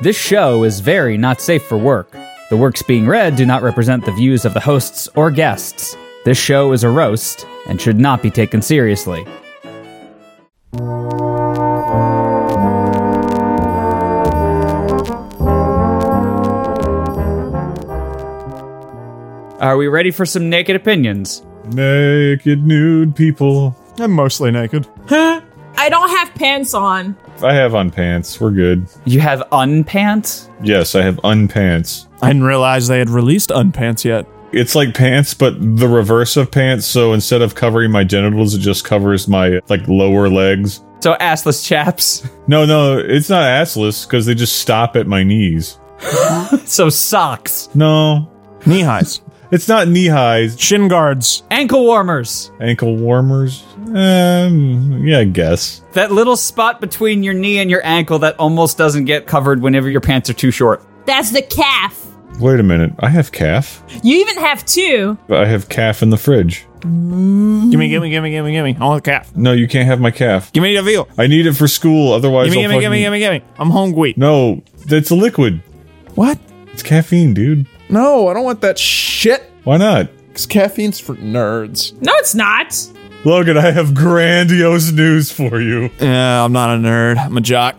This show is very not safe for work. The works being read do not represent the views of the hosts or guests. This show is a roast and should not be taken seriously. Are we ready for some naked opinions? Naked nude people. I'm mostly naked. I don't have pants on. I have on pants. We're good. You have unpants? Yes, I have unpants. I didn't realize they had released Unpants yet. It's like pants, but the reverse of pants. So instead of covering my genitals, it just covers my like lower legs. So assless chaps. No, no, it's not assless because they just stop at my knees. So socks. No, Knee highs, it's not knee highs. shin guards. Ankle warmers. Ankle warmers. Um, yeah, I guess. That little spot between your knee and your ankle that almost doesn't get covered whenever your pants are too short. That's the calf. Wait a minute. I have calf. You even have two. I have calf in the fridge. Gimme, gimme, gimme, gimme, gimme. I want the calf. No, you can't have my calf. Gimme the veal. I need it for school. Otherwise, Gimme, I'll gimme, gimme, fucking- gimme, gimme. I'm hungry. No, that's a liquid. What? It's caffeine, dude. No, I don't want that shit. Why not? Because caffeine's for nerds. No, it's not. Logan, I have grandiose news for you. Yeah, I'm not a nerd. I'm a jock.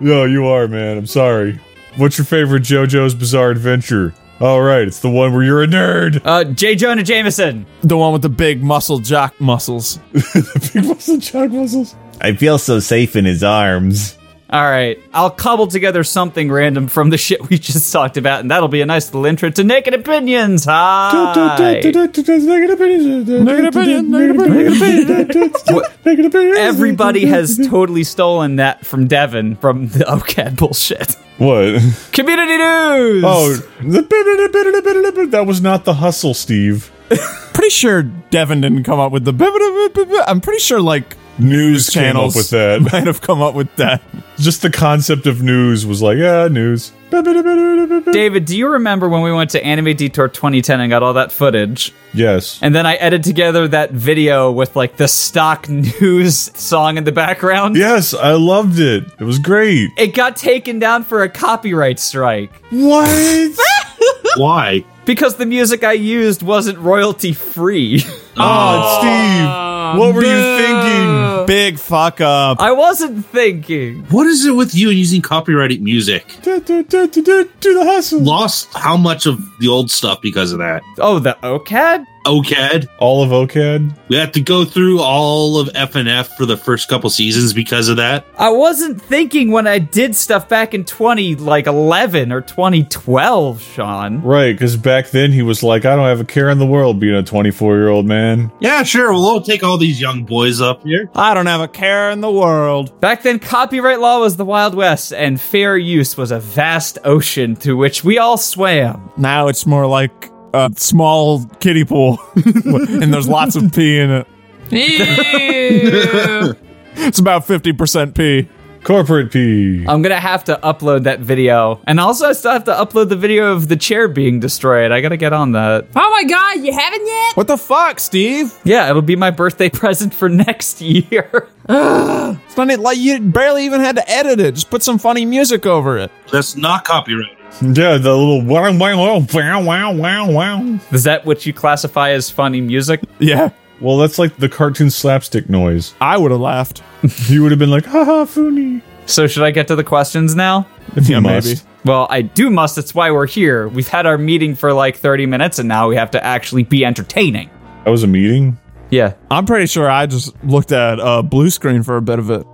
No, you are, man. I'm sorry. What's your favorite JoJo's Bizarre Adventure? All right, it's the one where you're a nerd. Uh, J. Jonah Jameson. The one with the big muscle jock muscles. Big muscle, chug muscles. I feel so safe in his arms. All right, I'll cobble together something random from the shit we just talked about, and that'll be a nice little intro to Naked Opinions. Hi. Everybody has totally stolen that from Devin from the OCAD bullshit. What? Community news. Oh, that was not the hustle, Steve. Pretty sure Devin didn't come up with the. I'm pretty sure like News came channels up with that. might have come up with that. just the concept of news was like, yeah, news. David, do you remember when we went to Anime Detour 2010 and got all that footage? Yes. And then I edited together that video with like the stock news song in the background. Yes, I loved it. It was great. It got taken down for a copyright strike What? Why? because the music I used wasn't royalty free. oh, Steve, what were you thinking? Big fuck up. I wasn't thinking. What is it with you and using copyrighted music? Do, do, do, do, do, do the hustle. Lost how much of the old stuff because of that? Oh, the OCAD? OCAD. All of OCAD? We had to go through all of FNF for the first couple seasons because of that. I wasn't thinking when I did stuff back in 20 like 11 or 2012, Sean. Right, because back then he was like, I don't have a care in the world being a 24 year old man. Yeah, sure. We'll all take all these young boys up here. I don't have a care in the world. Back then, copyright law was the Wild West, and fair use was a vast ocean through which we all swam. Now it's more like a small kiddie pool, and there's lots of pee in it. Ew. It's about 50% pee. Corporate P. I'm gonna have to upload that video, and also I still have to upload the video of the chair being destroyed. I gotta get on that. oh my god, you haven't yet? What the fuck, Steve? Yeah, it'll be my birthday present for next year. It's not even- like you barely even had to edit it. Just put some funny music over it. That's not copyrighted. Yeah, the little wow, wow, wow, wow, wow, wow. Is that what you classify as funny music? Yeah, Well, that's like the cartoon slapstick noise. I would have laughed. You would have been like, haha, Funi. So should I get to the questions now? If you Yeah, must. maybe. Well, I do must. That's why we're here. We've had our meeting for like 30 minutes, and now we have to actually be entertaining. That was a meeting? Yeah. I'm pretty sure I just looked at uh, blue screen for a bit of it.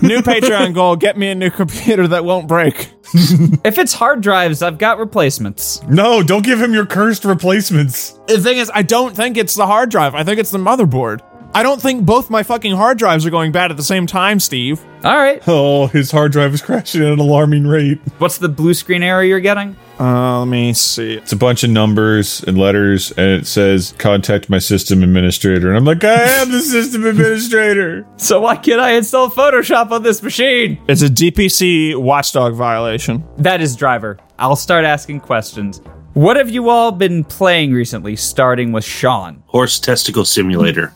new Patreon goal: get me a new computer that won't break. If it's hard drives, I've got replacements. No, don't give him your cursed replacements. The thing is, I don't think it's the hard drive. I think it's the motherboard. I don't think both my fucking hard drives are going bad at the same time, Steve. All right. Oh, his hard drive is crashing at an alarming rate. What's the blue screen error you're getting? Uh, let me see. It's a bunch of numbers and letters, and it says, contact my system administrator. And I'm like, I am the system administrator. So why can't I install Photoshop on this machine? It's a DPC watchdog violation. That is driver. I'll start asking questions. What have you all been playing recently, starting with Sean? Horse testicle simulator.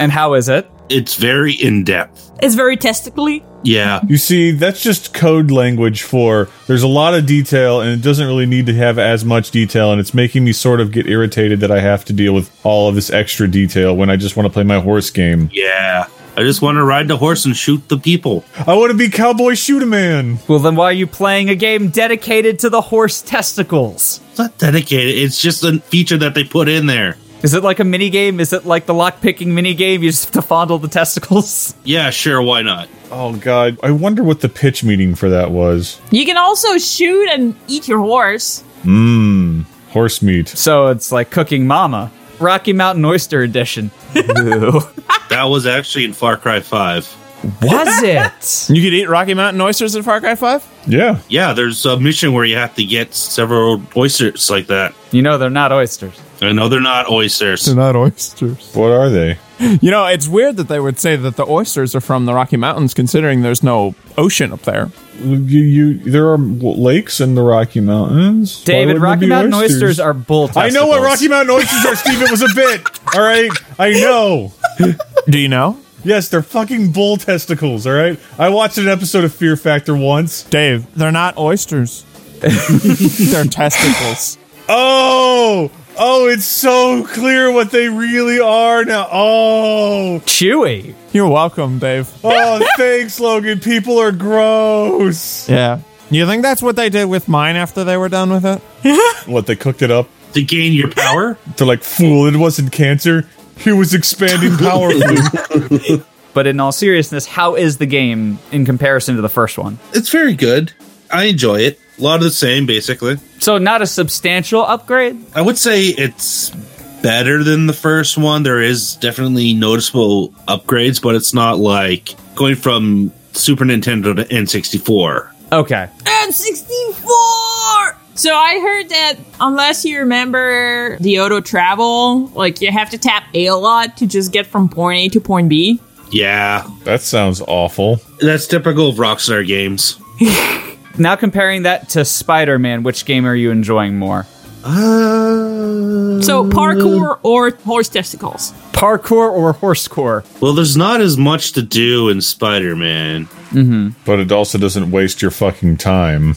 And how is it? it's very in depth. It's very testically. Yeah. You see, that's just code language for there's a lot of detail and it doesn't really need to have as much detail, and it's making me sort of get irritated that I have to deal with all of this extra detail when I just want to play my horse game. Yeah. I just want to ride the horse and shoot the people. I want to be Cowboy Shoot a Man! Well, then why are you playing a game dedicated to the horse testicles? It's not dedicated. It's just a feature that they put in there. Is it like a mini game? Is it like the lock picking mini game? You just have to fondle the testicles. Yeah, sure, why not? Oh, God. I wonder what the pitch meeting for that was. You can also shoot and eat your horse. Mmm. Horse meat. So it's like cooking mama, Rocky Mountain Oyster Edition. That was actually in Far Cry 5. Was it? You could eat Rocky Mountain oysters in Far Cry 5? Yeah. Yeah, there's a mission where you have to get several oysters like that. You know they're not oysters. I know they're not oysters. not oysters. What are they? You know, it's weird that they would say that the oysters are from the Rocky Mountains considering there's no ocean up there. You, you, there are w- lakes in the Rocky Mountains. Why David, wouldn't there Rocky be Mountain oysters? are bull I testicles. know what Rocky Mountain oysters are, Steve. It was a bit. All right. I know. Do you know? Yes, they're fucking bull testicles, all right? I watched an episode of Fear Factor once. Dave, they're not oysters. they're testicles. Oh! Oh, it's so clear what they really are now. Oh! Chewy. You're welcome, Dave. Oh, thanks, Logan. People are gross. Yeah. You think that's what they did with mine after they were done with it? What, they cooked it up? To gain your power? They're like, fool, it wasn't cancer. It was expanding powerfully. But in all seriousness, how is the game in comparison to the first one? It's very good. I enjoy it. A lot of the same, basically. So not a substantial upgrade. I would say it's better than the first one. There is definitely noticeable upgrades, but it's not like going from Super Nintendo to N64. Okay. And 64! So I heard that unless you remember the auto travel, like you have to tap A lot to just get from point A to point B. Yeah, that sounds awful. that's typical of Rockstar games. Now comparing that to Spider-Man, which game are you enjoying more? Uh, So parkour or horse testicles. Parkour or horsecore? well, there's not as much to do in Spider Man. But it also doesn't waste your fucking time.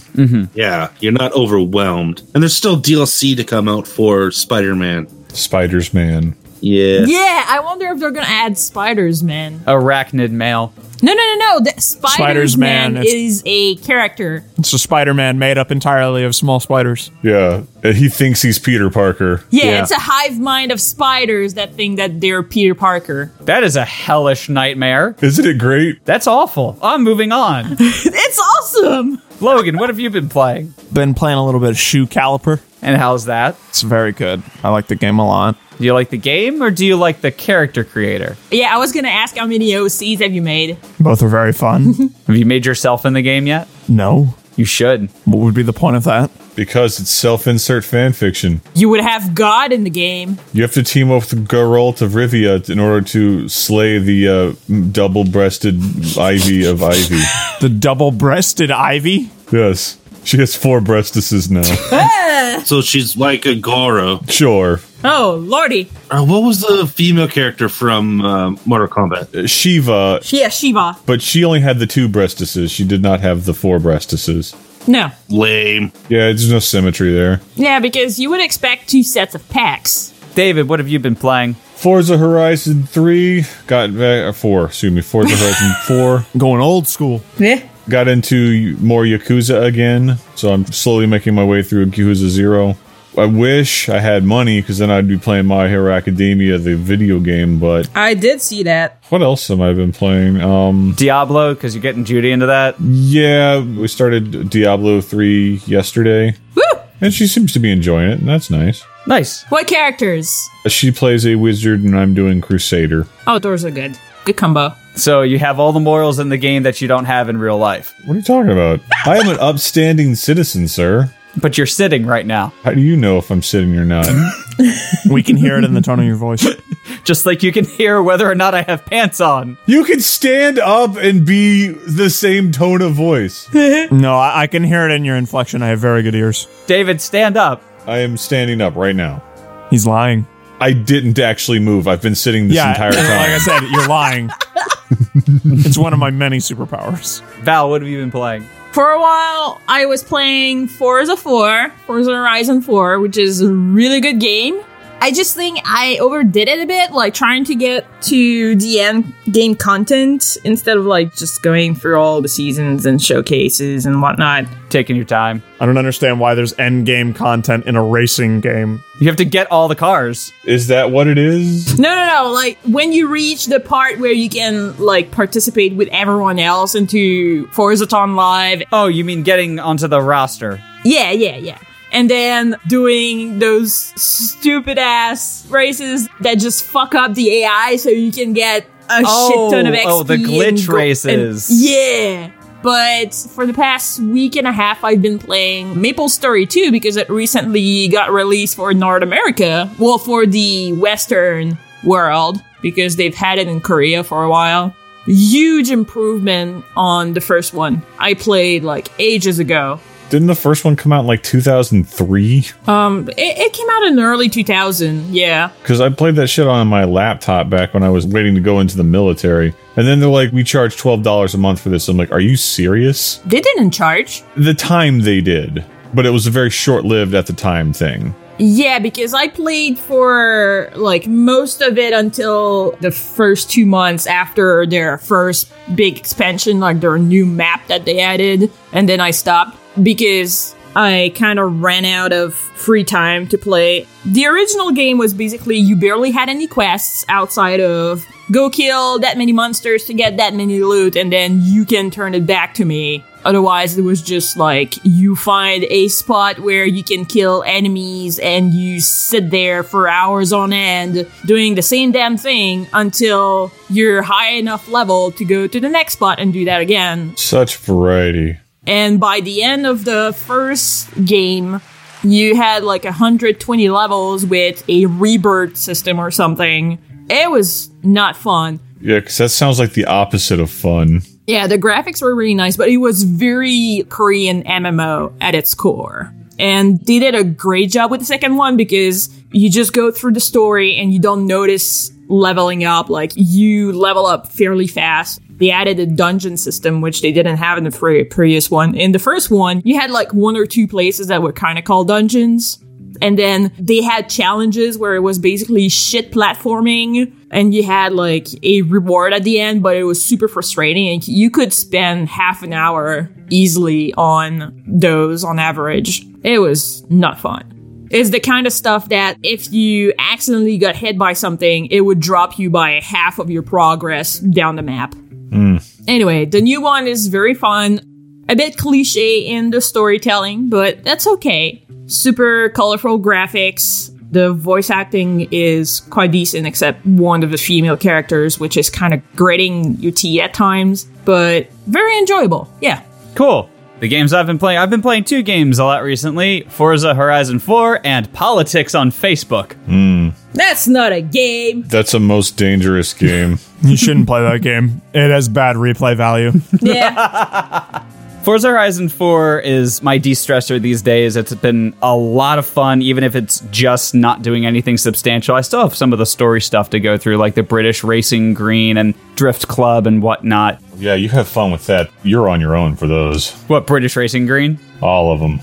Yeah, you're not overwhelmed. And there's still DLC to come out for Spider Man. Spider's Man. Yeah. Yeah, I wonder if they're gonna add spiders, man. Arachnid male. No, no, no, no. The spiders, Spiders, man, man, is a character. It's a Spider Man made up entirely of small spiders. Yeah. and He thinks he's Peter Parker. Yeah, Yeah. it's a hive mind of spiders that think that they're Peter Parker. That is a hellish nightmare. Isn't it great? That's awful. I'm moving on. It's awesome. Logan, what have you been playing? Been playing a little bit of shoe caliper. And how's that? It's very good. I like the game a lot. Do you like the game or do you like the character creator? Yeah, I was gonna ask how many OCs have you made? Both are very fun. Have you made yourself in the game yet? no. You should. What would be the point of that? Because it's self-insert fan fiction. You would have God in the game. You have to team up with Geralt of Rivia in order to slay the uh, double-breasted ivy of ivy. The double breasted ivy? Yes, she has four breastises now. So she's like a Goro. Sure, Oh, lordy. Uh, what was the female character from uh, Mortal Kombat? Uh, Shiva, Yeah, Shiva. but she only had the two breastises. She did not have the four breastises. No. Lame. Yeah, there's no symmetry there. Yeah, because you would expect two sets of packs. David, what have you been playing? Forza Horizon Three got back uh, four. Excuse me, Forza Horizon Four Going old school. Yeah. got into more Yakuza again, so I'm slowly making my way through Yakuza Zero. I wish I had money because then I'd be playing My Hero Academia, the video game. But I did see that. what else have I been playing? Um, Diablo, because you're getting Judy into that. yeah, we started Diablo three yesterday, Woo! and she seems to be enjoying it, and that's nice. Nice. What characters? She plays a wizard, and I'm doing crusader. Oh, those are good. Good combo. So you have all the morals in the game that you don't have in real life. What are you talking about? I am an upstanding citizen, sir. But you're sitting right now. How do you know if I'm sitting or not? We can hear it in the tone of your voice. Just like you can hear whether or not I have pants on. you can stand up and be the same tone of voice. No, I, I can hear it in your inflection. I have very good ears. David, stand up. I am standing up right now. He's lying. I didn't actually move. I've been sitting this entire time. Like I said, you're lying. it's one of my many superpowers. Val, what have you been playing? For a while, I was playing Forza 4, Forza Horizon 4, which is a really good game. I just think I overdid it a bit, like trying to get to the end game content instead of like just going through all the seasons and showcases and whatnot. Taking your time. I don't understand why there's end game content in a racing game. You have to get all the cars. Is that what it is? No, no, no. Like when you reach the part where you can like participate with everyone else into Forzaton Live Oh, you mean getting onto the roster? Yeah, yeah, yeah. And then doing those stupid ass races that just fuck up the AI so you can get a Oh, shit ton of XP. oh, the and glitch go- and- races. yeah. But for the past week and a half, I've been playing Maple Story 2 because it recently got released for North America. Well, for the Western world because they've had it in Korea for a while. Huge improvement on the first one. I played like ages ago. Didn't the first one come out in like 2003? Um, it, it came out in early 2000. Yeah. Because I played that shit on my laptop back when I was waiting to go into the military. And then they're like, we charge $12 a month for this. I'm like, are you serious? They didn't charge. The time they did, but it was a very short lived at the time thing. Yeah, because I played for like most of it until the first two months after their first big expansion, like their new map that they added. And then I stopped because I kind of ran out of free time to play. The original game was basically you barely had any quests outside of go kill that many monsters to get that many loot and then you can turn it back to me. Otherwise, it was just like you find a spot where you can kill enemies and you sit there for hours on end doing the same damn thing until you're high enough level to go to the next spot and do that again. Such variety. And by the end of the first game, you had like 120 levels with a rebirth system or something. It was not fun. Yeah, because that sounds like the opposite of fun. Yeah, the graphics were really nice, but it was very Korean MMO at its core. And they did a great job with the second one because you just go through the story and you don't notice leveling up. Like you level up fairly fast. They added a dungeon system, which they didn't have in the pre- previous one. In the first one, you had like one or two places that were kind of called dungeons. And then they had challenges where it was basically shit platforming and you had like a reward at the end, but it was super frustrating and you could spend half an hour easily on those on average. It was not fun. It's the kind of stuff that if you accidentally got hit by something, it would drop you by half of your progress down the map. Anyway, the new one is very fun a bit cliche in the storytelling, but that's okay. Super colorful graphics. The voice acting is quite decent, except one of the female characters, which is kind of gritting your teeth at times, but very enjoyable. Yeah. Cool. The games I've been playing, I've been playing two games a lot recently Forza Horizon 4 and Politics on Facebook. That's not a game. That's a most dangerous game. You shouldn't play that game. It has bad replay value. Yeah. Forza Horizon 4 is my de stressor these days. It's been a lot of fun, even if it's just not doing anything substantial. I still have some of the story stuff to go through, like the British Racing Green and Drift Club and whatnot. yeah, you have fun with that. You're on your own for those. What, British Racing Green? All of them.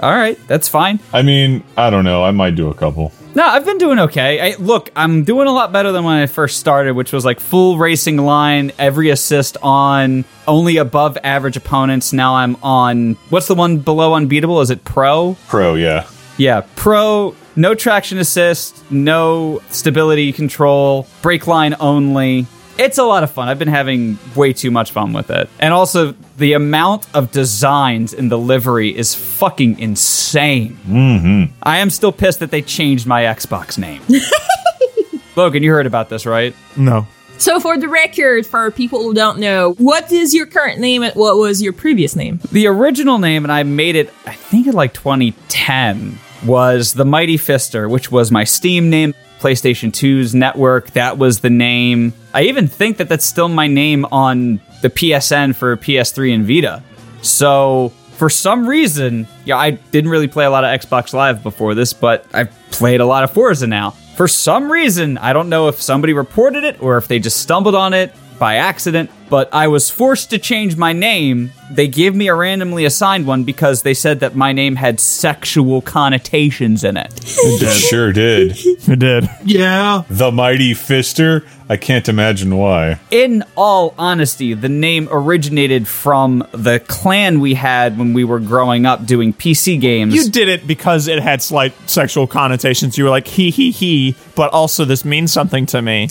All right, that's fine. I mean, I don't know. I might do a couple. No, I've been doing okay. I, look, I'm doing a lot better than when I first started, which was like full racing line, every assist on, only above average opponents. Now I'm on, what's the one below unbeatable? Is it pro? Pro, yeah. Yeah, pro, no traction assist, no stability control, brake line only. It's a lot of fun. I've been having way too much fun with it. And also, the amount of designs in the livery is fucking insane. Mm-hmm. I am still pissed that they changed my Xbox name. Logan, you heard about this, right? No. so, for the record, for people who don't know, what is your current name and what was your previous name? The original name, and I made it, I think, in like 2010, was The Mighty Fister, which was my Steam name, PlayStation 2's network. That was the name. I even think that that's still my name on the PSN for PS3 and Vita. So for some reason, yeah, I didn't really play a lot of Xbox Live before this, but I've played a lot of Forza now. For some reason, I don't know if somebody reported it or if they just stumbled on it by accident, but I was forced to change my name. They gave me a randomly assigned one because they said that my name had sexual connotations in it. It sure did. It did. Yeah. The Mighty Fister? I can't imagine why. In all honesty, the name originated from the clan we had when we were growing up doing PC games. You did it because it had slight sexual connotations. You were like, he, he, he, but also this means something to me.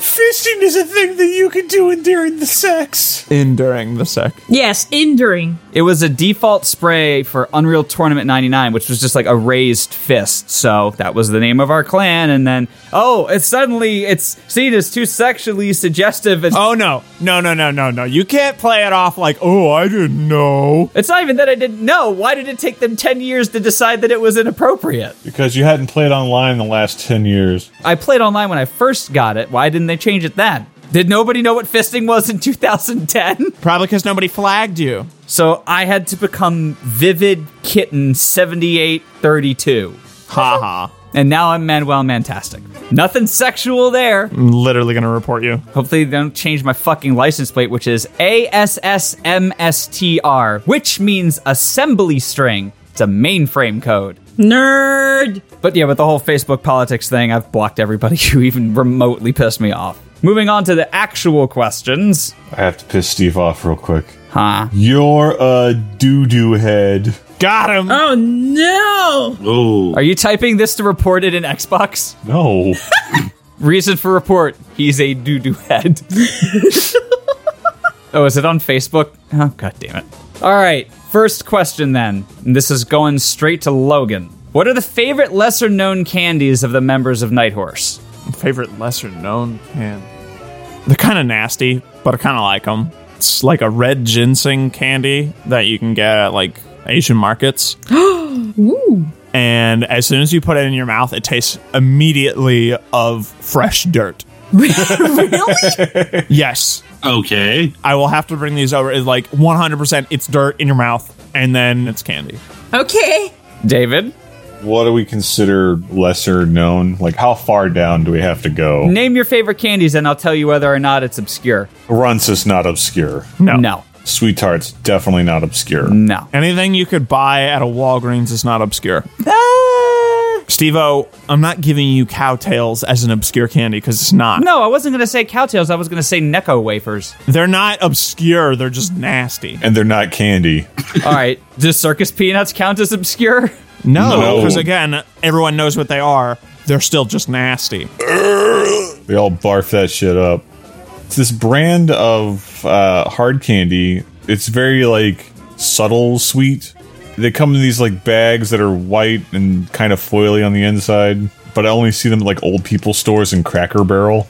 Fisting is a thing that you can do during the sex. Enduring the sec. Yes, enduring. It was a default spray for Unreal Tournament 99, which was just like a raised fist. So that was the name of our clan. And then, oh, it's suddenly it's seen as too sexually suggestive. It's, Oh, no. No, no, no, no, no. You can't play it off like, oh, I didn't know. it's not even that I didn't know. Why did it take them 10 years to decide that it was inappropriate? Because you hadn't played online in the last 10 years. I played online when I first got it. Why didn't they change it then? Did nobody know what fisting was in 2010? Probably because nobody flagged you. So I had to become Vivid Kitten 7832. Ha ha. And now I'm Manuel Mantastic. Nothing sexual there. I'm literally going to report you. Hopefully they don't change my fucking license plate, which is ASSMSTR, which means assembly string. It's a mainframe code. Nerd. But yeah, with the whole Facebook politics thing, I've blocked everybody who even remotely pissed me off. Moving on to the actual questions. I have to piss Steve off real quick. Huh. You're a doo doo head. Got him. Oh no. Oh. Are you typing this to report it in Xbox? No. Reason for report, he's a doo-doo head. oh, is it on Facebook? Oh, god damn it. All right, first question then. And this is going straight to Logan. What are the favorite lesser-known candies of the members of Night Horse? favorite lesser known can. They're kind of nasty, but I kind of like them. It's like a red ginseng candy that you can get at like Asian markets. And as soon as you put it in your mouth, it tastes immediately of fresh dirt. really? Yes, Okay. I will have to bring these over. It's like 100% it's dirt in your mouth and then it's candy. Okay. David, what do we consider lesser known? Like, how far down do we have to go? name your favorite candies and I'll tell you whether or not it's obscure. Runts is not obscure. No. No. Sweet Tart's definitely not obscure. No. Anything you could buy at a Walgreens is not obscure. Ah. Stevo, I'm not giving you cowtails as an obscure candy because it's not. No, I wasn't going to say cowtails. I was going to say Necco wafers. They're not obscure, they're just nasty. And they're not candy. All right. Does circus peanuts count as obscure? No, No. because again, everyone knows what they are. They're still just nasty. They all barf that shit up. It's this brand of uh, hard candy. It's very like subtle sweet. They come in these like bags that are white and kind of foily on the inside, but I only see them at like old people stores and Cracker Barrel.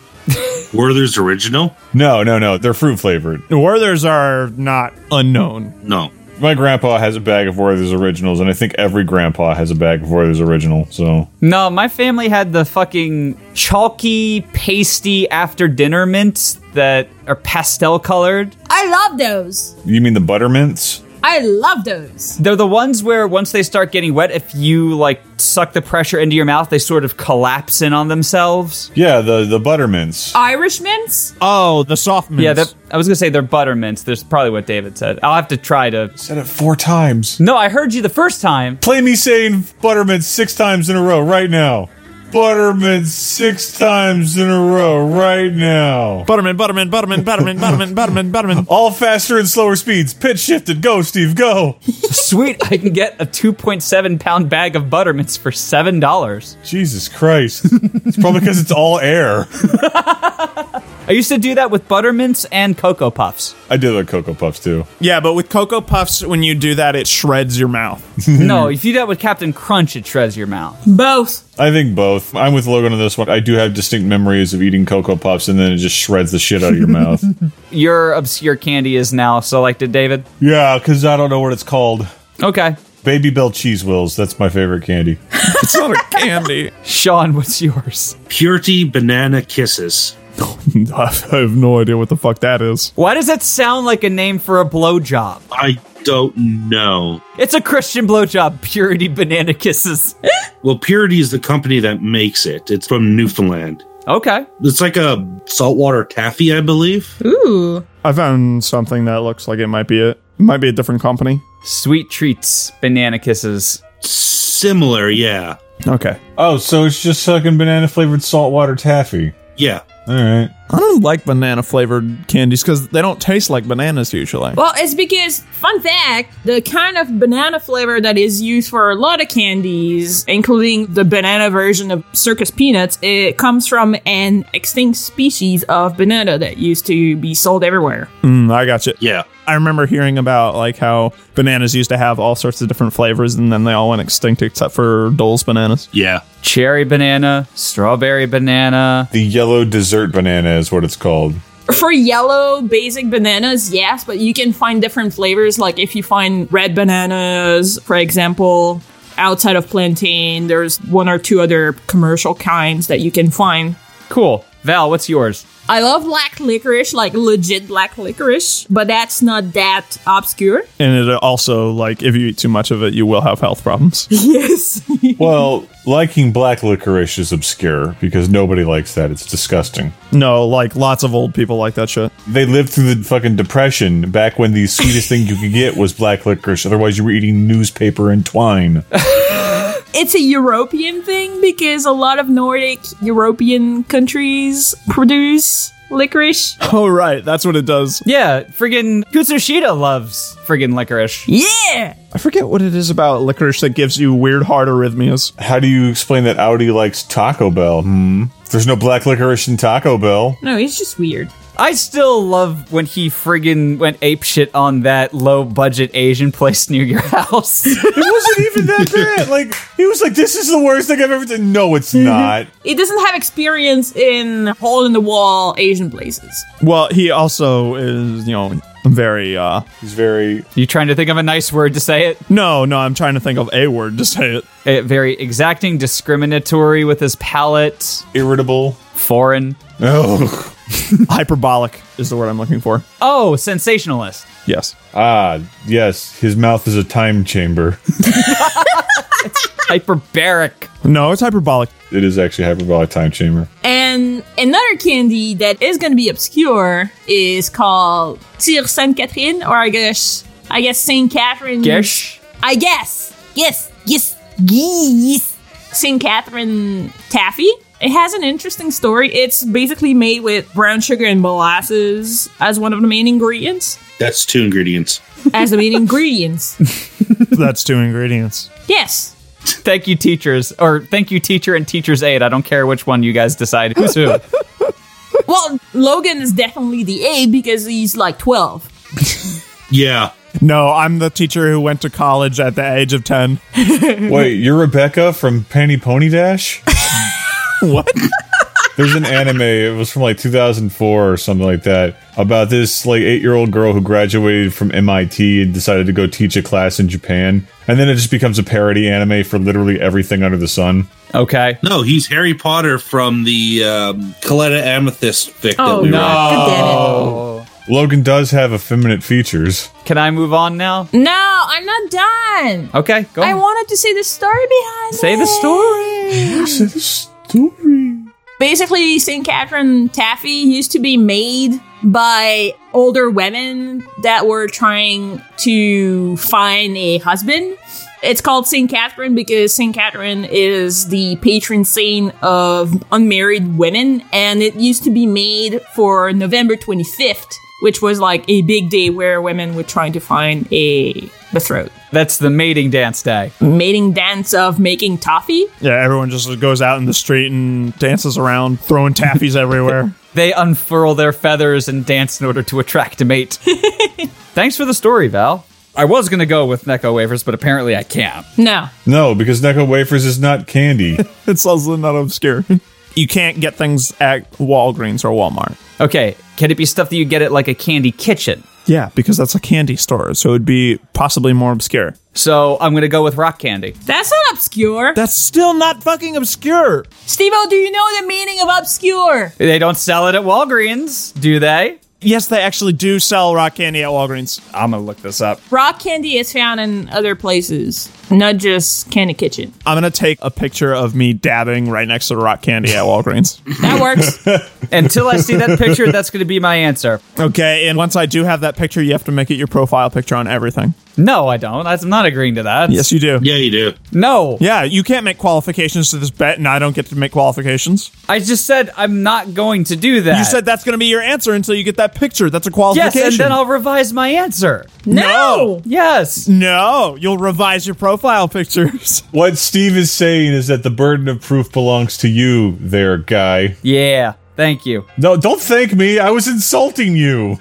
Werther's original? No, no, no. They're fruit flavored. Werthers are not unknown. No. My grandpa has a bag of Werther's Originals, and I think every grandpa has a bag of Werther's Original. So No, my family had the fucking chalky, pasty after dinner mints that are pastel colored. I love those. you mean the buttermints? I love those. They're the ones where once they start getting wet, if you like suck the pressure into your mouth, they sort of collapse in on themselves. Yeah, the the buttermints. Irish mints? Oh, the soft mints. Yeah, that, I was gonna say they're butter mints. That's probably what David said. I'll have to try to. said it four times. No, I heard you the first time. Play me saying buttermints six times in a row right now. Buttermints six times in a row right now. Butterman, Butterman, Butterman, Butterman, Butterman, Butterman, Butterman. All faster and slower speeds. Pitch shifted. Go, Steve. Go. Sweet, I can get a 2.7 pound bag of butter mints for $7. Jesus Christ. It's probably because it's all air. I used to do that with butter mints and Cocoa Puffs. I did like Cocoa Puffs too. Yeah, but with Cocoa Puffs, when you do that, it shreds your mouth. no, if you do that with Captain Crunch, it shreds your mouth. Both. I think both. I'm with Logan on this one. I do have distinct memories of eating Cocoa Puffs and then it just shreds the shit out of your mouth. your obscure candy is now selected, David. Yeah, because I don't know what it's called. Okay. Baby Bell Cheese Wills. That's my favorite candy. It's not a candy. Sean, what's yours? Purity banana kisses. I have no idea what the fuck that is. Why does that sound like a name for a blowjob? I don't know. It's a Christian blowjob, purity banana kisses. Well, Purity is the company that makes it. It's from Newfoundland. Okay. It's like a saltwater taffy, I believe. Ooh. I found something that looks like it might be it. Might be a different company. Sweet treats, banana kisses. Similar, yeah. Okay. Oh, so it's just fucking banana flavored saltwater taffy. Yeah. All right. I don't like banana flavored candies because they don't taste like bananas usually. Well, it's because, fun fact, the kind of banana flavor that is used for a lot of candies, including the banana version of circus peanuts, it comes from an extinct species of banana that used to be sold everywhere. Mm, I got you. Yeah. I remember hearing about like how bananas used to have all sorts of different flavors and then they all went extinct except for Dole's bananas. Yeah. Cherry banana, strawberry banana. The yellow dessert banana is what it's called. For yellow basic bananas, yes, but you can find different flavors. Like if you find red bananas, for example, outside of plantain, there's one or two other commercial kinds that you can find. Cool. Val, what's yours? I love black licorice, like legit black licorice, but that's not that obscure. And it also like if you eat too much of it, you will have health problems. Yes. Well, liking black licorice is obscure because nobody likes that. It's disgusting. no, like lots of old people like that shit. They lived through the fucking depression back when the sweetest thing you could get was black licorice. Otherwise, you were eating newspaper and twine. it's a European thing because a lot of Nordic European countries produce licorice. Oh right, that's what it does. Yeah, friggin' Kutsushita loves friggin' licorice. Yeah. I forget what it is about licorice that gives you weird heart arrhythmias. How do you explain that Audi likes Taco Bell? Hmm. There's no black licorice in Taco Bell. No, it's just weird. I still love when he friggin' went ape shit on that low budget Asian place near your house. It wasn't even that bad. Like he was like, "This is the worst thing I've ever done." No, it's not. It doesn't have experience in hole in the wall Asian places. Well, he also is, you know, very uh He's very you trying to think of a nice word to say it? No, no, I'm trying to think of a word to say it. Eh, very exacting, discriminatory with his palate. irritable. Foreign. Oh, Hyperbolic is the word I'm looking for. Oh, sensationalist. Yes. ah, yes. His mouth is a time chamber. Hyperbaric. No, it's hyperbolic. It is actually a hyperbolic time chamber. And another candy that is going to be obscure is called Tire Sainte Catherine, or I guess, I guess Saint Catherine. Gish. I guess. Yes, yes, yes. St. Catherine Taffy. It has an interesting story. It's basically made with brown sugar and molasses as one of the main ingredients. That's two ingredients. As the main ingredients. That's two ingredients. Yes. Thank you, teachers. Or thank you, teacher and teacher's aide. I don't care which one you guys decide who's who. Well, Logan is definitely the A because he's like 12. Yeah. No, I'm the teacher who went to college at the age of 10. Wait, you're Rebecca from Panty Pony Dash? What? There's an anime. It was from like 2004 or something like that about this like eight year old girl who graduated from MIT and decided to go teach a class in Japan. And then it just becomes a parody anime for literally everything under the sun. Okay. No, he's Harry Potter from the um, Coletta Amethyst fic that Oh, we no. read. Logan does have effeminate features. Can I move on now? No, I'm not done. Okay, go I on. wanted to say the story behind Say the it. story. basically St. Catherine taffy used to be made by older women that were trying to find a husband. It's called St. Catherine because St. Catherine is the patron saint of unmarried women, and it used to be made for November 25th, which was like a big day where women were trying to find a betrothed. That's the mating dance day. Mating dance of making toffee. Yeah, everyone just goes out in the street and dances around, throwing taffies everywhere. They unfurl their feathers and dance in order to attract a mate. Thanks for the story, Val. I was going to go with Necco wafers, but apparently I can't. No. No, because Necco wafers is not candy. It's also not obscure. You can't get things at Walgreens or Walmart. Okay, can it be stuff that you get at like a candy kitchen? Yeah, because that's a candy store, so it'd be possibly more obscure. So I'm going to go with rock candy. That's not obscure. That's still not fucking obscure. Steve do you know the meaning of obscure? They don't sell it at Walgreens, do they? Yes, they actually do sell rock candy at Walgreens. I'm gonna look this up. Rock candy is found in other places, not just Candy Kitchen. I'm gonna take a picture of me dabbing right next to the rock candy at Walgreens. That works. Until I see that picture, that's gonna be my answer. okay, and once I do have that picture, you have to make it your profile picture on everything. No, I don't. I'm not agreeing to that. Yes, you do. Yeah, you do. No. Yeah, you can't make qualifications to this bet, and I don't get to make qualifications. I just said I'm not going to do that. You said that's going to be your answer until you get that picture. That's a qualification. yes, and then I'll revise my answer. no. Yes. no, you'll revise your profile pictures. What Steve is saying is that the burden of proof belongs to you, there, guy. Yeah. Thank you. No, don't thank me. I was insulting you.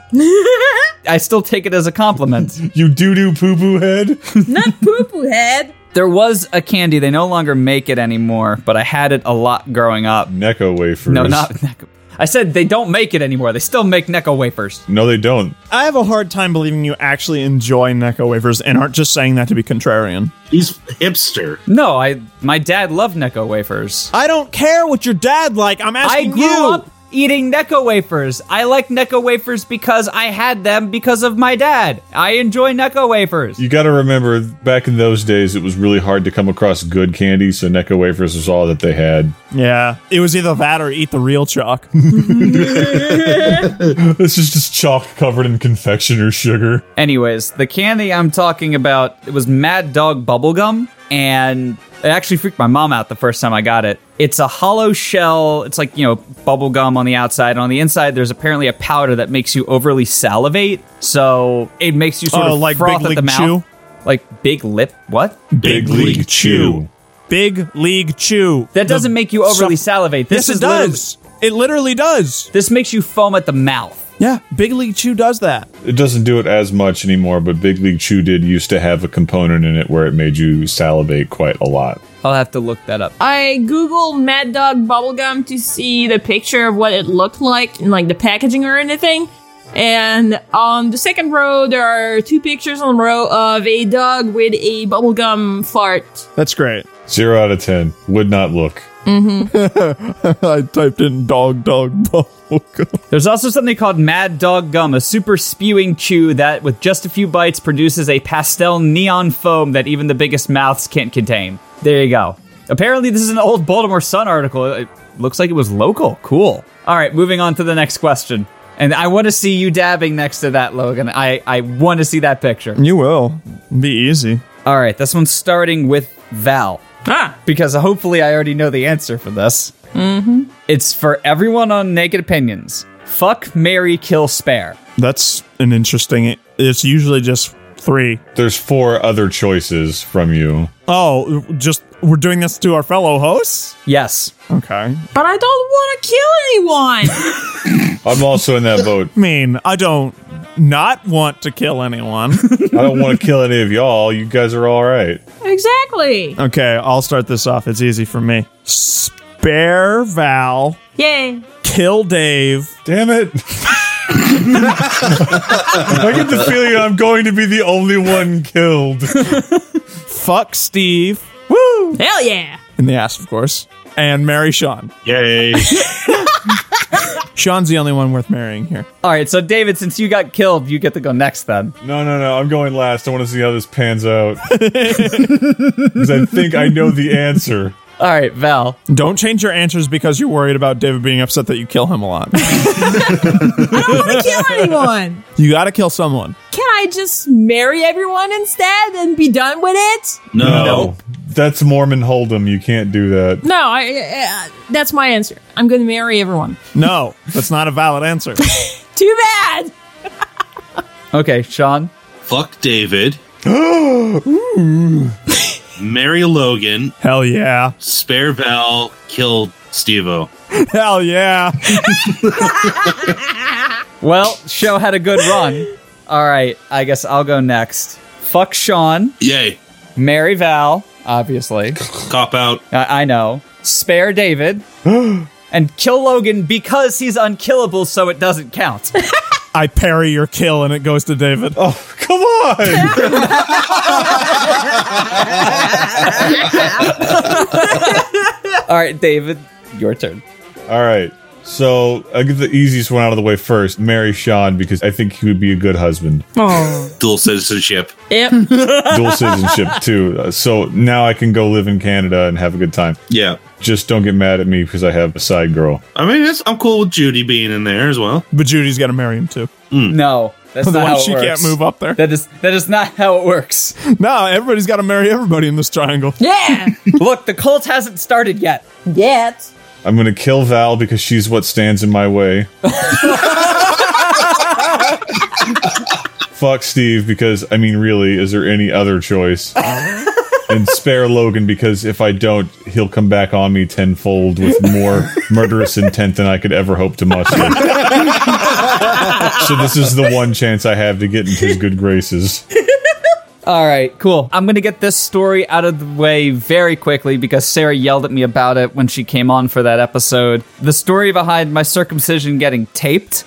I still take it as a compliment. You doo doo poo poo head. Not poo poo head. there was a candy. They no longer make it anymore, but I had it a lot growing up. Necco wafers. No, not Necco. I said they don't make it anymore. They still make Necco wafers. No, they don't. I have a hard time believing you actually enjoy E Necco wafers and aren't just saying that to be contrarian. He's hipster. No, I my dad loved Necco wafers. I don't care what your dad like. I'm I asking grew you. up eating Necco wafers. I like Necco wafers because I had them because of my dad. I enjoy Necco wafers. You got to remember, back in those days, it was really hard to come across good candy, so Necco wafers was all that they had. Yeah, it was either that or eat the real chalk. This is just chalk covered in confectioner sugar. Anyways, the candy I'm talking about it was Mad Dog bubblegum and it actually freaked my mom out the first time I got it. It's a hollow shell. It's like, you know, bubblegum on the outside and on the inside there's apparently a powder that makes you overly salivate. So, it makes you sort Oh, of like froth Big at League the mouth. Chew? Like big lip. What? Big League Chew. Big League Chew. That doesn't make you overly Some- salivate. This is yes, it does. It literally does. literally- This makes you foam at the mouth. Yeah, Big League Chew does that. It doesn't do it as much anymore, but Big League Chew did used to have a component in it where it made you salivate quite a lot. I'll have to look that up. I googled Mad Dog bubblegum to see the picture of what it looked like and like the packaging or anything. And on the second row, there are two pictures on a row of a dog with a bubblegum fart. That's great. Zero out of ten. Would not look. I typed in dog dog bubblegum. There's also something called Mad Dog Gum, a super spewing chew that, with just a few bites, produces a pastel neon foam that even the biggest mouths can't contain. There you go. Apparently, this is an old Baltimore Sun article. It looks like it was local. Cool. All right, moving on to the next question. And I want to see you dabbing next to that, Logan. I, I want to see that picture. You will. Be easy. All right, this one's starting with Val Ah, because hopefully I already know the answer for this. Mm-hmm. It's for everyone on Naked Opinions. Fuck, Mary, kill, spare. That's an interesting. It's usually just three. There's four other choices from you. Oh, just we're doing this to our fellow hosts. Yes. Okay. but I don't want to kill anyone. I'm also in that boat. I mean, I don't not want to kill anyone. I don't want to kill any of y'all. You guys are all right. exactly. okay, I'll start this off. It's easy for me. Spare Val. Yay. Kill Dave. Damn it. I get the feeling I'm going to be the only one killed. Fuck Steve. Hell yeah. In the ass, of course. And marry Sean. Yay. Sean's the only one worth marrying here. All right, so David, since you got killed, you get to go next then. No, no, no. I'm going last. I want to see how this pans out. Because I think I know the answer. All right, Val. Don't change your answers because you're worried about David being upset that you kill him a lot. I don't want to kill anyone. you gotta kill someone. Can I just marry everyone instead and be done with it? No. Oh, That's Mormon Hold'em. You can't do that. No, I, uh, that's my answer. I'm going to marry everyone. No, that's not a valid answer. Too bad. Okay, Sean. Fuck David. Marry Logan. Hell yeah. Spare Val. Kill Stevo. Hell yeah. Well, show had a good run. All right, I guess I'll go next. Fuck Sean. Yay. Marry Val, obviously. Cop out. I, I know. Spare David. and kill Logan because he's unkillable, so it doesn't count. I parry your kill and it goes to David. Oh, Come on. All right, David, your turn. all right. So I get the easiest one out of the way first. Marry Sean because I think he would be a good husband. Oh, Dual citizenship. yep. Dual citizenship too. Uh, So now I can go live in Canada and have a good time. Yeah. Just don't get mad at me because I have a side girl. I mean, it's, I'm cool with Judy being in there as well. But Judy's got to marry him too. No, that's not how Otherwise, it she works. can't move up there. That is that is not how it works. no, everybody's got to marry everybody in this triangle. Yeah. Look, the cult hasn't started yet. Yet. I'm gonna kill Val because she's what stands in my way. Fuck Steve because I mean, really, is there any other choice? and spare Logan because if I don't, he'll come back on me tenfold with more murderous intent than I could ever hope to muster. so this is the one chance I have to get into his good graces. All right, cool. I'm going to get this story out of the way very quickly because Sarah yelled at me about it when she came on for that episode. The story behind my circumcision getting taped.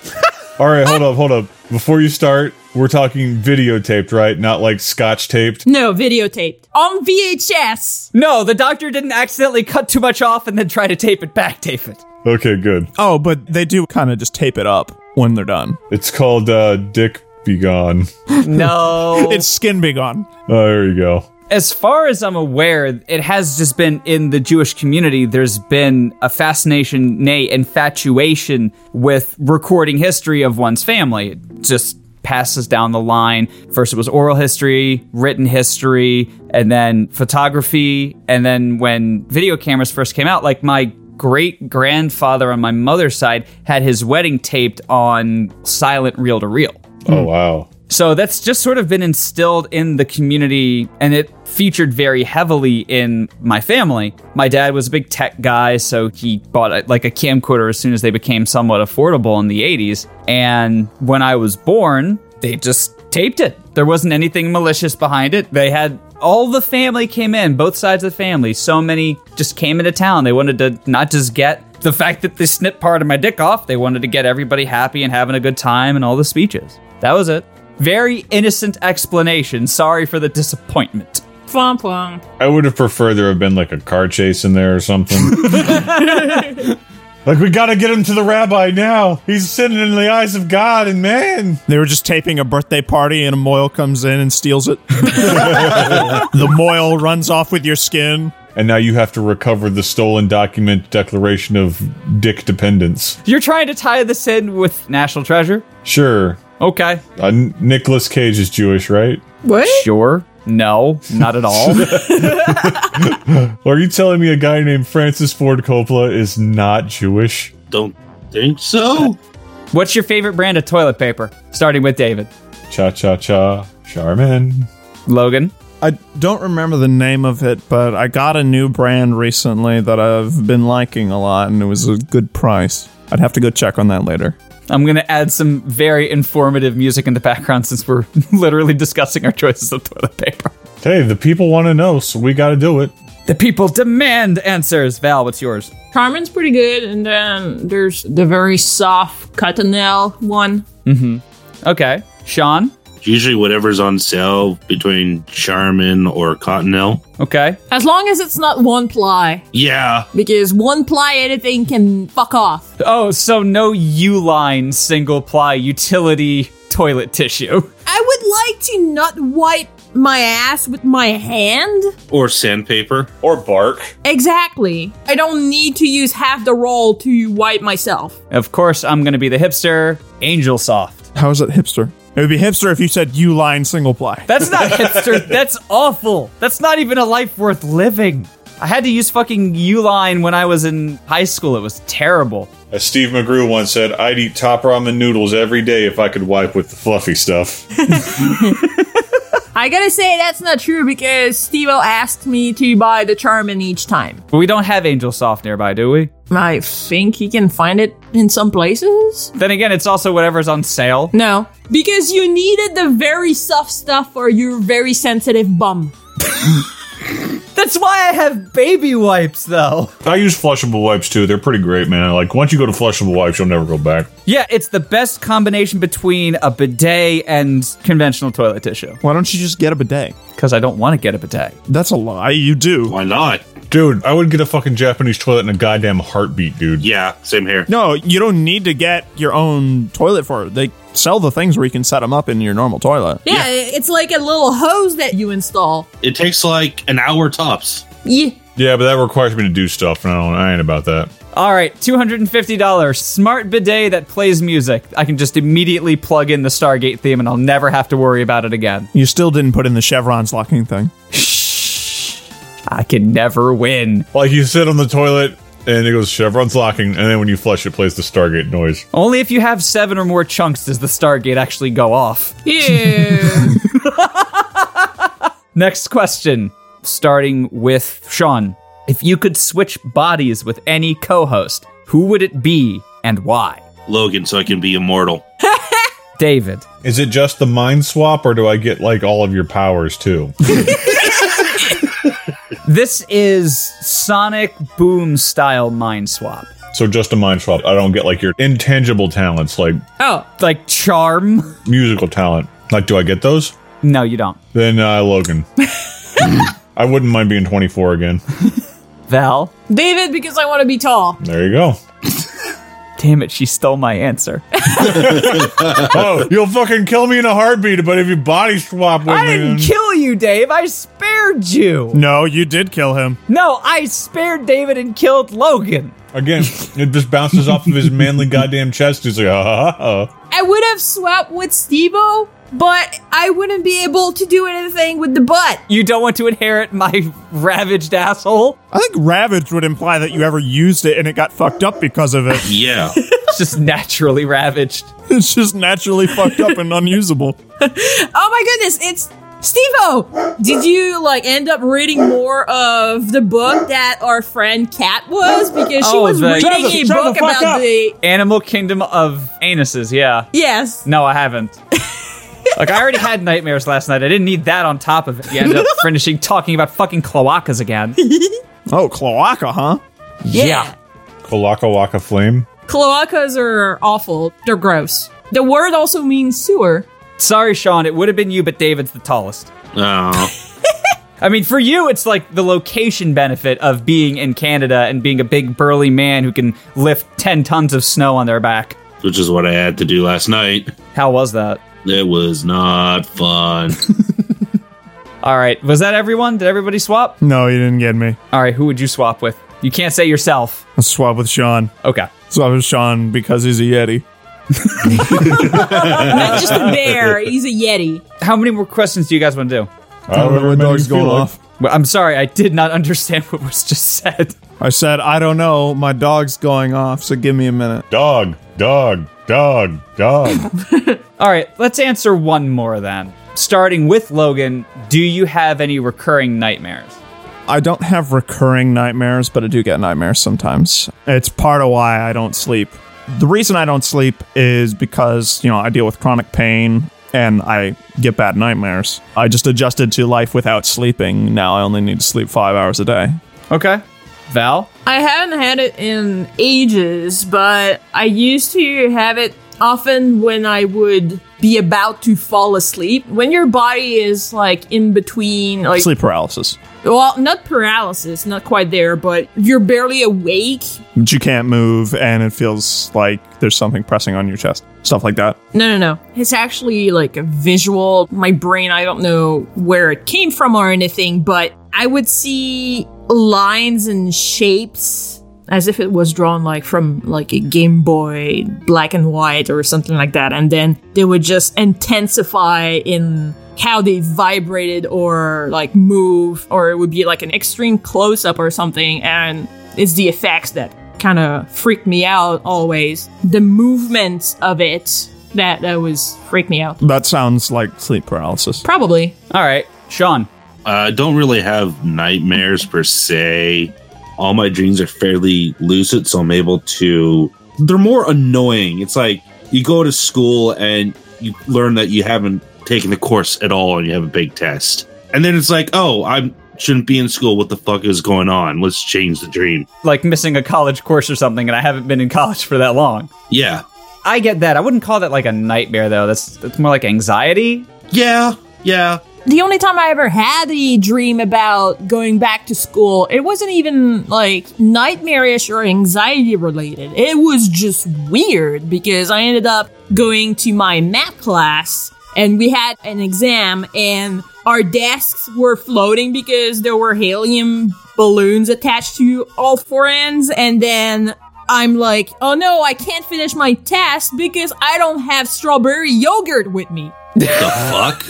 All right, hold up, hold up. Before you start, we're talking videotaped, right? Not like scotch taped. No, videotaped. On VHS. No, the doctor didn't accidentally cut too much off and then try to tape it back, David. Okay, good. Oh, but they do kind of just tape it up when they're done. It's called uh, Dick Be Gone. No. It's skin be gone. Oh, there you go. as far as I'm aware, it has just been in the Jewish community, there's been a fascination, nay, infatuation with recording history of one's family. It just passes down the line. First, it was oral history, written history, and then photography. And then when video cameras first came out, like my great grandfather on my mother's side had his wedding taped on silent reel to reel. Oh, wow. So that's just sort of been instilled in the community and it featured very heavily in my family. My dad was a big tech guy, so he bought a, like a camcorder as soon as they became somewhat affordable in the 80s. And when I was born, they just taped it. There wasn't anything malicious behind it. They had all the family came in, both sides of the family. So many just came into town. They wanted to not just get the fact that they snipped part of my dick off, they wanted to get everybody happy and having a good time and all the speeches. That was it. Very innocent explanation. Sorry for the disappointment. Plum plum. I would have preferred there have been like a car chase in there or something. like, we got to get him to the rabbi now. He's sitting in the eyes of God and man. They were just taping a birthday party and a moil comes in and steals it. the moil runs off with your skin. And now you have to recover the stolen document declaration of dick dependence. You're trying to tie this in with National Treasure? Sure. Okay. Uh, Nicholas Cage is Jewish, right? What? Sure. No, not at all. Or are you telling me a guy named Francis Ford Coppola is not Jewish? Don't think so. What's your favorite brand of toilet paper? Starting with David. Cha cha cha. Charmin. Logan. I don't remember the name of it, but I got a new brand recently that I've been liking a lot and it was a good price. I'd have to go check on that later. I'm going to add some very informative music in the background since we're literally discussing our choices of toilet paper. Hey, the people want to know, so we got to do it. The people demand answers. Val, what's yours? Carmen's pretty good, and then there's the very soft Cottonelle one. Okay. Sean. Usually, whatever's on sale between Charmin or Cottonelle. Okay. As long as it's not one ply, Yeah. because one ply anything can fuck off. Oh, so no U-line single ply utility toilet tissue. I would like to not wipe my ass with my hand. Or sandpaper. Or bark. Exactly. I don't need to use half the roll to wipe myself. Of course, I'm going to be the hipster. Angel Soft. How is it hipster? It would be hipster if you said U line single ply. That's not hipster. That's awful. That's not even a life worth living. I had to use fucking U-line when I was in high school. It was terrible. As Steve McGrew once said, I'd eat top ramen noodles every day if I could wipe with the fluffy stuff. I gotta say that's not true because Steve asked me to buy the Charmin each time. But we don't have Angel Soft nearby, do we? I think he can find it in some places. Then again, it's also whatever's on sale. No. Because you needed the very soft stuff for your very sensitive bum. That's why I have baby wipes, though. I use flushable wipes too. They're pretty great, man. Like, once you go to flushable wipes, you'll never go back. Yeah, it's the best combination between a bidet and conventional toilet tissue. Why don't you just get a bidet? Because I don't want to get a bidet. That's a lie. You do. Why not? Dude, I would get a fucking Japanese toilet in a goddamn heartbeat, dude. Yeah, same here. No, you don't need to get your own toilet for it. They sell the things where you can set them up in your normal toilet. Yeah, it's like a little hose that you install. It takes like an hour tops. Yeah. Yeah, but that requires me to do stuff, and I, don't, I ain't about that. All right, $250 smart bidet that plays music. I can just immediately plug in the Stargate theme and I'll never have to worry about it again. You still didn't put in the chevrons locking thing. I can never win. Like you sit on the toilet, and it goes chevron's locking, and then when you flush, it plays the Stargate noise. Only if you have seven or more chunks does the Stargate actually go off. Ew. Next question, starting with Sean. If you could switch bodies with any co host, who would it be and why? Logan, so I can be immortal. David. Is it just the mind swap, or do I get like all of your powers too? This is Sonic Boom style mind swap. so just a mind swap. I don't get like your intangible talents, like oh, Like charm? musical talent. Like, do I get those? No, you don't. Then uh, Logan. I wouldn't mind being 24 again. Val? David, because I want to be tall. There you go. Damn it, she stole my answer. Oh, you'll fucking kill me in a heartbeat, but if you body swap with I me, didn't then- kill you, Dave. I spared you. No, you did kill him. No, I spared David and killed Logan. again, it just bounces off of his manly goddamn chest. He's like, ha ha ha. ha. I would have swapped with Stevo, but I wouldn't be able to do anything with the butt. You don't want to inherit my ravaged asshole? I think ravaged would imply that you ever used it and it got fucked up because of it. Yeah. It's just naturally ravaged. it's just naturally fucked up and unusable. Oh my goodness, it's Stevo. Did you like end up reading more of the book that our friend Kat was because she Oh, was the- Shut reading the- a shut the book fuck about up. the Animal Kingdom of Anuses, yeah. yes. No, I haven't. like, I already had nightmares last night. I didn't need that on top of it. You ended up finishing talking about fucking cloacas again. Oh, cloaca, huh? Yeah. Kalaka Waka Flame. Cloacas are awful. They're gross. The word also means sewer. Sorry, Sean, it would have been you, but David's the tallest. Oh, I mean, for you, it's like the location benefit of being in Canada and being a big burly man who can lift 10 tons of snow on their back. which is what I had to do last night. How was that? It was not fun. All right, was that everyone? Did everybody swap? No, you didn't get me. All right, who would you swap with? You can't say yourself. Let's swap with Sean. Okay. Swap with Sean because he's a Yeti. Not just a bear, he's a yeti. How many more questions do you guys want to do? However my many dog's you feel going like. off. Well, I'm sorry, I did not understand what was just said. I said, I don't know. My dog's going off, so give me a minute. Dog, dog, dog, dog. All right, let's answer one more then. Starting with Logan, do you have any recurring nightmares? I don't have recurring nightmares, but I do get nightmares sometimes. It's part of why I don't sleep. The reason I don't sleep is because, you know, I deal with chronic pain and I get bad nightmares. I just adjusted to life without sleeping. Now I only need to sleep five hours a day. Okay. Val? I haven't had it in ages, but I used to have it often when I would be about to fall asleep. When your body is like in between, like, Sleep paralysis. well, not paralysis, not quite there, but you're barely awake. But you can't move and it feels like there's something pressing on your chest. Stuff like that. No, no, no. It's actually like a visual. My brain, I don't know where it came from or anything, but I would see lines and shapes as if it was drawn like from like a Game Boy black and white or something like that. And then they would just intensify in how they vibrated or like move, or it would be like an extreme close up or something. And it's the effects that kind of freaked me out always. The movements of it that that was freaked me out. That sounds like sleep paralysis. Probably. All right. Sean? I Uh, don't really have nightmares per se. All my dreams are fairly lucid, so I'm able to. They're more annoying. It's like you go to school and you learn that you haven't taken the course at all and you have a big test. And then it's like, oh, I shouldn't be in school. What the fuck is going on? Let's change the dream. Like missing a college course or something, and I haven't been in college for that long. Yeah. I get that. I wouldn't call that like a nightmare, though. That's, that's more like anxiety. Yeah. Yeah. the only time I ever had a dream about going back to school, it wasn't even like nightmarish or anxiety related. It was just weird because I ended up going to my math class and we had an exam and our desks were floating because there were helium balloons attached to all four ends and then I'm like, oh no, I can't finish my test because I don't have strawberry yogurt with me. The fuck?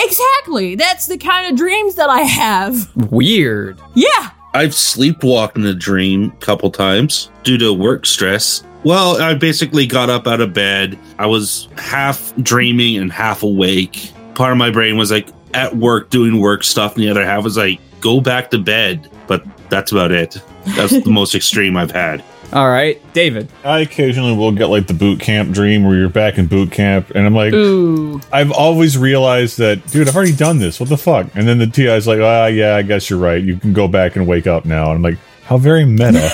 Exactly. That's the kind of dreams that I have. Weird. Yeah. I've sleepwalked in a dream a couple times due to work stress. Well, I basically got up out of bed. I was half dreaming and half awake. Part of my brain was like at work doing work stuff, and the other half was like, go back to bed. But that's about it. That's the most extreme I've had. All right, David. I occasionally will get like the boot camp dream where you're back in boot camp, and I'm like, Ooh. I've always realized that, dude, I've already done this. What the fuck? And then the TI is like, ah, yeah, I guess you're right. You can go back and wake up now. And I'm like, how very meta,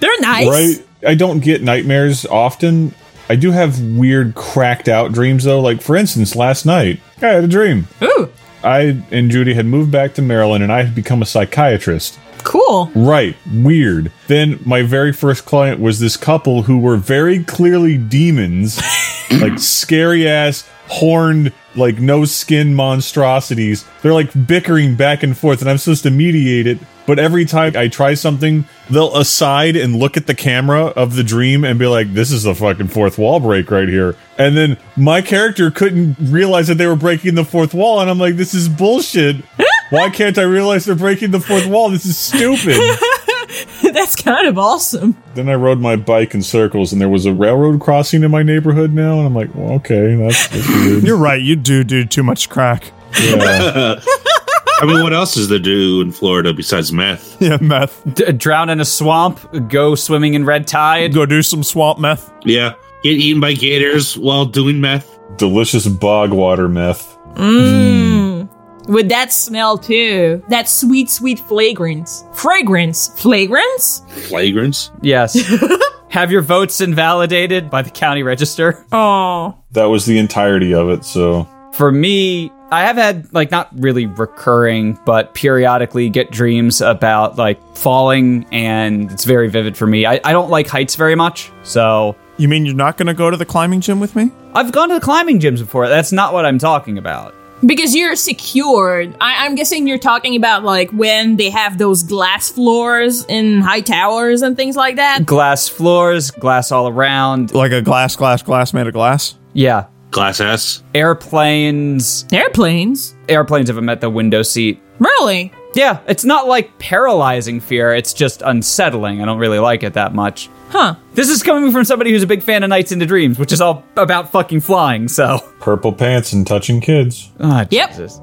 They're nice. right? I don't get nightmares often. I do have weird, cracked out dreams though. Like for instance, last night I had a dream. Ooh. I and Judy had moved back to Maryland, and I had become a psychiatrist. Cool. Right. Weird. Then my very first client was this couple who were very clearly demons, like scary ass, horned, like no skin monstrosities. They're like bickering back and forth, and I'm supposed to mediate it. But every time I try something, they'll aside and look at the camera of the dream and be like, this is the fucking fourth wall break right here. And then my character couldn't realize that they were breaking the fourth wall. And I'm like, this is bullshit. Why can't I realize they're breaking the fourth wall? This is stupid. That's kind of awesome. then I rode my bike in circles, and there was a railroad crossing in my neighborhood now, and I'm like, well, okay, that's, that's weird. You're right. You do do too much crack. Yeah. I mean, what else is there to do in Florida besides meth? Yeah, meth. D- drown in a swamp, go swimming in red tide. Go do some swamp meth. Yeah. Get eaten by gators while doing meth. Delicious bog water meth. With that smell too. That sweet, sweet fragrance. Fragrance. Fragrance? Flagrants. Yes. Have your votes invalidated by the county register. Oh. That was the entirety of it. So For me, I have had like not really recurring, but periodically get dreams about like falling, and it's very vivid for me. I, I don't like heights very much, so You mean you're not going to go to the climbing gym with me? I've gone to the climbing gyms before. That's not what I'm talking about. Because you're secured. I- I'm guessing you're talking about like when they have those glass floors in high towers and things like that. Glass floors, glass all around. Like a glass, glass, glass made of glass? Yeah. Glass ass. Airplanes. Airplanes? Airplanes have met the window seat. Really? Yeah, it's not like paralyzing fear, it's just unsettling. I don't really like it that much. Huh. This is coming from somebody who's a big fan of Nights into Dreams, which is all about fucking flying, so. purple pants and touching kids. Ah, Yep. Jesus.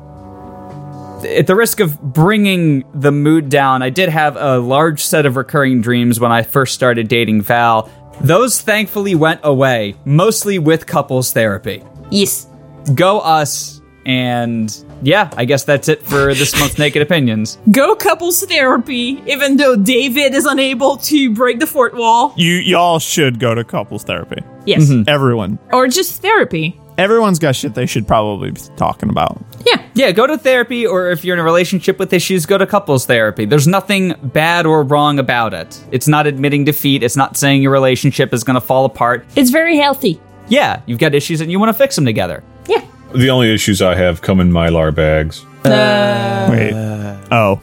At the risk of bringing the mood down, I did have a large set of recurring dreams when I first started dating Val. Those thankfully went away, mostly with couples therapy. Yes. Go us, and yeah, I guess that's it for this month's Naked Opinions. Go couples therapy, even though David is unable to break the fourth wall. You y'all should go to couples therapy. Yes. Everyone. Or just therapy. Everyone's got shit they should probably be talking about. Yeah. Yeah, go to therapy, or if you're in a relationship with issues, go to couples therapy. There's nothing bad or wrong about it. It's not admitting defeat, it's not saying your relationship is going to fall apart. It's very healthy. Yeah, you've got issues and you want to fix them together. Yeah. The only issues I have come in mylar bags. Wait. Oh.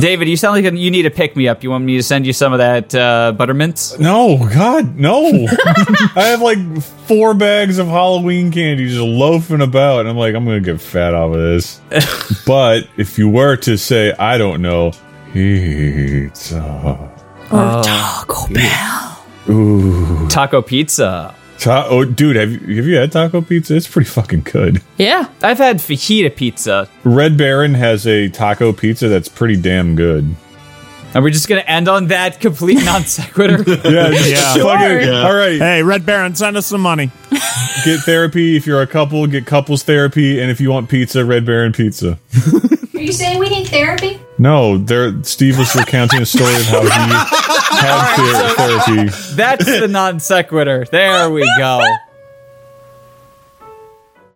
David, you sound like you need a pick me up. You want me to send you some of that uh, buttermints? No, God, no. I have like four bags of Halloween candy just loafing about, and I'm like, I'm gonna get fat off of this. but if you were to say, I don't know, pizza. Taco pizza. Ta- oh, dude, have you, have you had taco pizza? It's pretty fucking good. Yeah. I've had fajita pizza. Red Baron has a taco pizza that's pretty damn good. And we're just going to end on that complete non sequitur. Yeah, Yeah. fucking- All right, Hey, Red Baron, send us some money. get therapy if you're a couple. Get couples therapy, and if you want pizza, Red Baron pizza. Are you saying we need therapy? No, there. Steve was recounting a story of how he had ther- therapy. That's the non sequitur. There we go.